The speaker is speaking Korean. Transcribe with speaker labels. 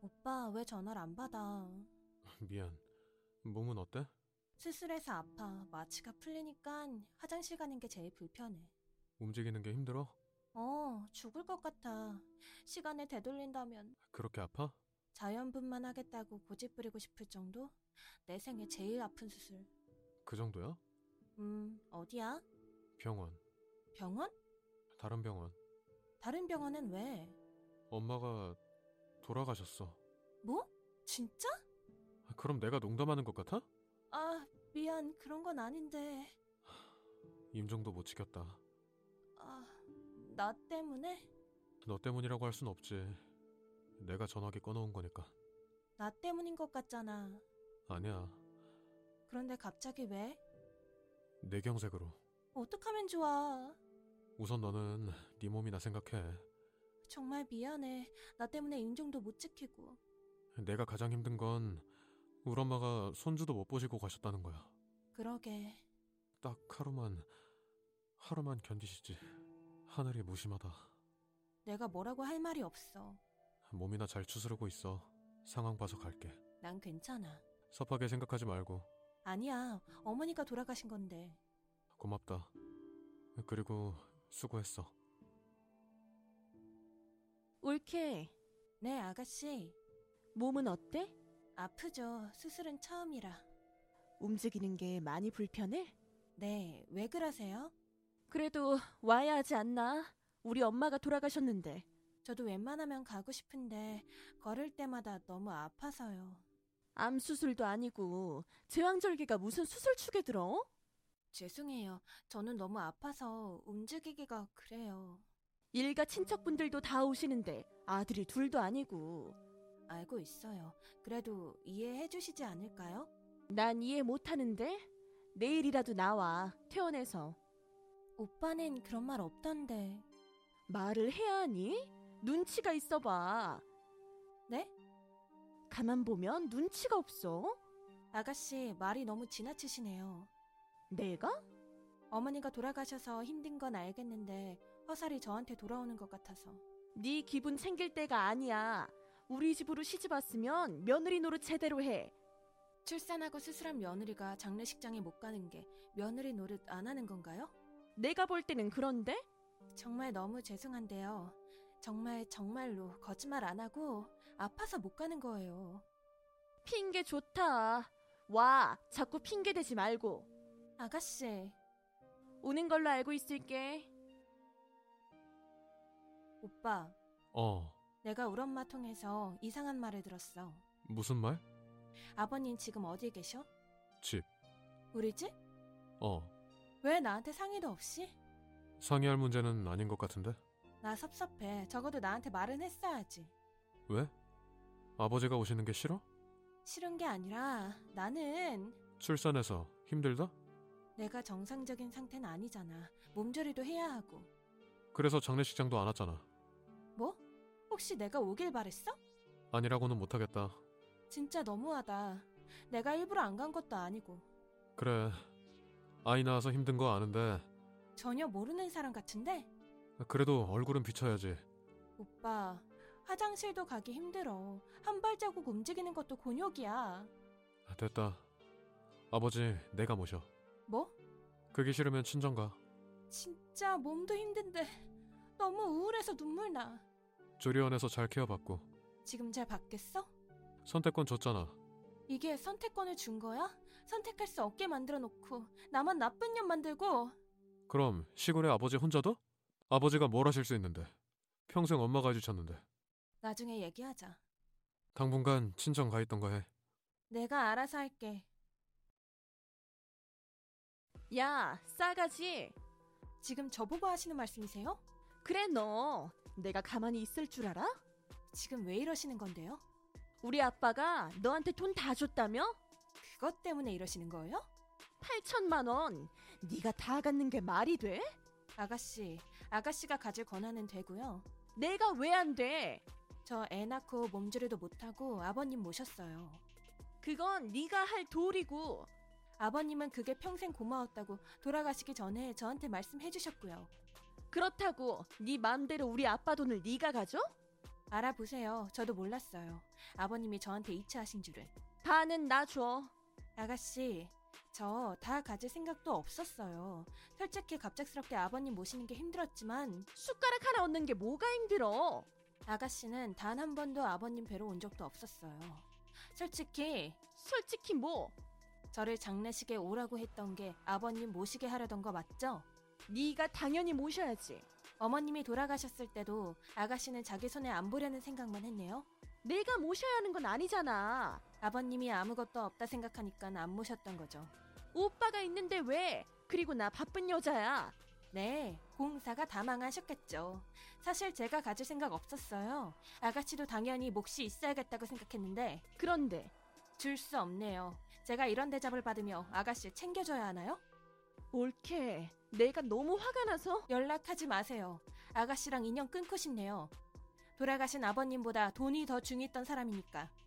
Speaker 1: 오빠 왜 전화를 안 받아?
Speaker 2: 미안. 몸은 어때?
Speaker 1: 수술해서 아파. 마취가 풀리니까 화장실 가는 게 제일 불편해.
Speaker 2: 움직이는 게 힘들어?
Speaker 1: 어, 죽을 것 같아. 시간을 되돌린다면
Speaker 2: 그렇게 아파?
Speaker 1: 자연분만 하겠다고 고집 부리고 싶을 정도? 내 생애 제일 아픈 수술.
Speaker 2: 그 정도야?
Speaker 1: 음, 어디야?
Speaker 2: 병원.
Speaker 1: 병원?
Speaker 2: 다른 병원.
Speaker 1: 다른 병원은 왜?
Speaker 2: 엄마가 돌아가셨어.
Speaker 1: 뭐? 진짜?
Speaker 2: 그럼 내가 농담하는 것 같아?
Speaker 1: 아, 미안. 그런 건 아닌데.
Speaker 2: 임종도 못 지켰다.
Speaker 1: 아, 나 때문에?
Speaker 2: 너 때문이라고 할 순 없지. 내가 전화기 꺼놓은 거니까.
Speaker 1: 나 때문인 것 같잖아.
Speaker 2: 아니야.
Speaker 1: 그런데 갑자기 왜?
Speaker 2: 내경색으로.
Speaker 1: 어떡하면 좋아.
Speaker 2: 우선 너는 네 몸이나 생각해.
Speaker 1: 정말 미안해. 나 때문에 임종도 못 지키고.
Speaker 2: 내가 가장 힘든 건 우리 엄마가 손주도 못 보시고 가셨다는 거야.
Speaker 1: 그러게.
Speaker 2: 딱 하루만 하루만 견디시지. 하늘이 무심하다.
Speaker 1: 내가 뭐라고 할 말이 없어.
Speaker 2: 몸이나 잘 추스르고 있어. 상황 봐서 갈게.
Speaker 1: 난 괜찮아.
Speaker 2: 섭하게 생각하지 말고
Speaker 1: 아니야. 어머니가 돌아가신 건데.
Speaker 2: 고맙다. 그리고 수고했어.
Speaker 3: 올케,
Speaker 1: 네, 아가씨.
Speaker 3: 몸은 어때?
Speaker 1: 아프죠. 수술은 처음이라.
Speaker 3: 움직이는 게 많이 불편해?
Speaker 1: 네, 왜 그러세요?
Speaker 3: 그래도 와야 하지 않나? 우리 엄마가 돌아가셨는데.
Speaker 1: 저도 웬만하면 가고 싶은데 걸을 때마다 너무 아파서요.
Speaker 3: 암 수술도 아니고 제왕절개가 무슨 수술 축에 들어?
Speaker 1: 죄송해요. 저는 너무 아파서 움직이기가 그래요.
Speaker 3: 일가 친척분들도 다 오시는데 아들이 둘도 아니고
Speaker 1: 알고 있어요. 그래도 이해해 주시지 않을까요?
Speaker 3: 난 이해 못하는데 내일이라도 나와 퇴원해서
Speaker 1: 오빠는 그런 말 없던데.
Speaker 3: 말을 해야 하니 눈치가 있어봐.
Speaker 1: 네?
Speaker 3: 가만 보면 눈치가 없어.
Speaker 1: 아가씨, 말이 너무 지나치시네요.
Speaker 3: 내가?
Speaker 1: 어머니가 돌아가셔서 힘든 건 알겠는데 화살이 저한테 돌아오는 것 같아서.
Speaker 3: 네 기분 챙길 때가 아니야. 우리 집으로 시집 왔으면 며느리 노릇 제대로 해.
Speaker 1: 출산하고 수술한 며느리가 장례식장에 못 가는 게 며느리 노릇 안 하는 건가요?
Speaker 3: 내가 볼 때는 그런데
Speaker 1: 정말 너무 죄송한데요. 정말 정말로 거짓말 안 하고 아파서 못 가는 거예요.
Speaker 3: 핑계 좋다. 와, 자꾸 핑계 대지 말고
Speaker 1: 아가씨,
Speaker 3: 오는 걸로 알고 있을게.
Speaker 1: 오빠,
Speaker 2: 어
Speaker 1: 내가 우리 엄마 통해서 이상한 말을 들었어.
Speaker 2: 무슨 말?
Speaker 1: 아버님 지금 어디 계셔?
Speaker 2: 집.
Speaker 1: 우리 집?
Speaker 2: 어
Speaker 1: 왜 나한테 상의도 없이?
Speaker 2: 상의할 문제는 아닌 것 같은데
Speaker 1: 나 섭섭해. 적어도 나한테 말은 했어야지.
Speaker 2: 왜? 아버지가 오시는 게 싫어?
Speaker 1: 싫은 게 아니라 나는
Speaker 2: 출산해서 힘들다?
Speaker 1: 내가 정상적인 상태는 아니잖아. 몸조리도 해야 하고.
Speaker 2: 그래서 장례식장도 안 왔잖아.
Speaker 1: 뭐? 혹시 내가 오길 바랬어?
Speaker 2: 아니라고는 못하겠다.
Speaker 1: 진짜 너무하다. 내가 일부러 안 간 것도 아니고.
Speaker 2: 그래 아이 낳아서 힘든 거 아는데
Speaker 1: 전혀 모르는 사람 같은데?
Speaker 2: 그래도 얼굴은 비춰야지.
Speaker 1: 오빠, 화장실도 가기 힘들어. 한 발자국 움직이는 것도 곤욕이야.
Speaker 2: 됐다. 아버지 내가 모셔.
Speaker 1: 뭐?
Speaker 2: 그게 싫으면 친정 가.
Speaker 1: 진짜 몸도 힘든데 너무 우울해서 눈물 나.
Speaker 2: 조리원에서 잘 케어받고
Speaker 1: 지금 잘 받겠어?
Speaker 2: 선택권 줬잖아.
Speaker 1: 이게 선택권을 준 거야? 선택할 수 없게 만들어 놓고 나만 나쁜 년 만들고
Speaker 2: 그럼 시골에 아버지 혼자도? 아버지가 뭘 하실 수 있는데? 평생 엄마가 해주셨는데
Speaker 1: 나중에 얘기하자.
Speaker 2: 당분간 친정 가 있던가 해.
Speaker 1: 내가 알아서 할게.
Speaker 3: 야, 싸가지.
Speaker 1: 지금 저보고 하시는 말씀이세요?
Speaker 3: 그래 너. 내가 가만히 있을 줄 알아?
Speaker 1: 지금 왜 이러시는 건데요?
Speaker 3: 우리 아빠가 너한테 돈 다 줬다며?
Speaker 1: 그것 때문에 이러시는 거예요?
Speaker 3: 8천만 원. 네가 다 갖는 게 말이 돼?
Speaker 1: 아가씨, 아가씨가 가질 권한은 되고요.
Speaker 3: 내가 왜 안 돼?
Speaker 1: 저 애 낳고 몸조리도 못하고 아버님 모셨어요.
Speaker 3: 그건 네가 할 도리고
Speaker 1: 아버님은 그게 평생 고마웠다고 돌아가시기 전에 저한테 말씀해 주셨고요.
Speaker 3: 그렇다고 네 맘대로 우리 아빠 돈을 네가 가져?
Speaker 1: 알아보세요. 저도 몰랐어요. 아버님이 저한테 이체하신 줄을.
Speaker 3: 반은 나 줘.
Speaker 1: 아가씨, 저 다 가질 생각도 없었어요. 솔직히 갑작스럽게 아버님 모시는 게 힘들었지만
Speaker 3: 숟가락 하나 얻는 게 뭐가 힘들어?
Speaker 1: 아가씨는 단 한 번도 아버님 뵈러 온 적도 없었어요. 솔직히
Speaker 3: 솔직히 뭐?
Speaker 1: 저를 장례식에 오라고 했던 게 아버님 모시게 하려던 거 맞죠?
Speaker 3: 네가 당연히 모셔야지.
Speaker 1: 어머님이 돌아가셨을 때도 아가씨는 자기 손에 안 보려는 생각만 했네요.
Speaker 3: 내가 모셔야 하는 건 아니잖아.
Speaker 1: 아버님이 아무것도 없다 생각하니까 안 모셨던 거죠.
Speaker 3: 오빠가 있는데 왜? 그리고 나 바쁜 여자야.
Speaker 1: 네, 공사가 다 망하셨겠죠. 사실 제가 가질 생각 없었어요. 아가씨도 당연히 몫이 있어야겠다고 생각했는데
Speaker 3: 그런데
Speaker 1: 줄 수 없네요. 제가 이런 대접을 받으며 아가씨 챙겨줘야 하나요?
Speaker 3: 올케. 내가 너무 화가 나서
Speaker 1: 연락하지 마세요. 아가씨랑 인연 끊고 싶네요. 돌아가신 아버님보다 돈이 더 중요했던 사람이니까.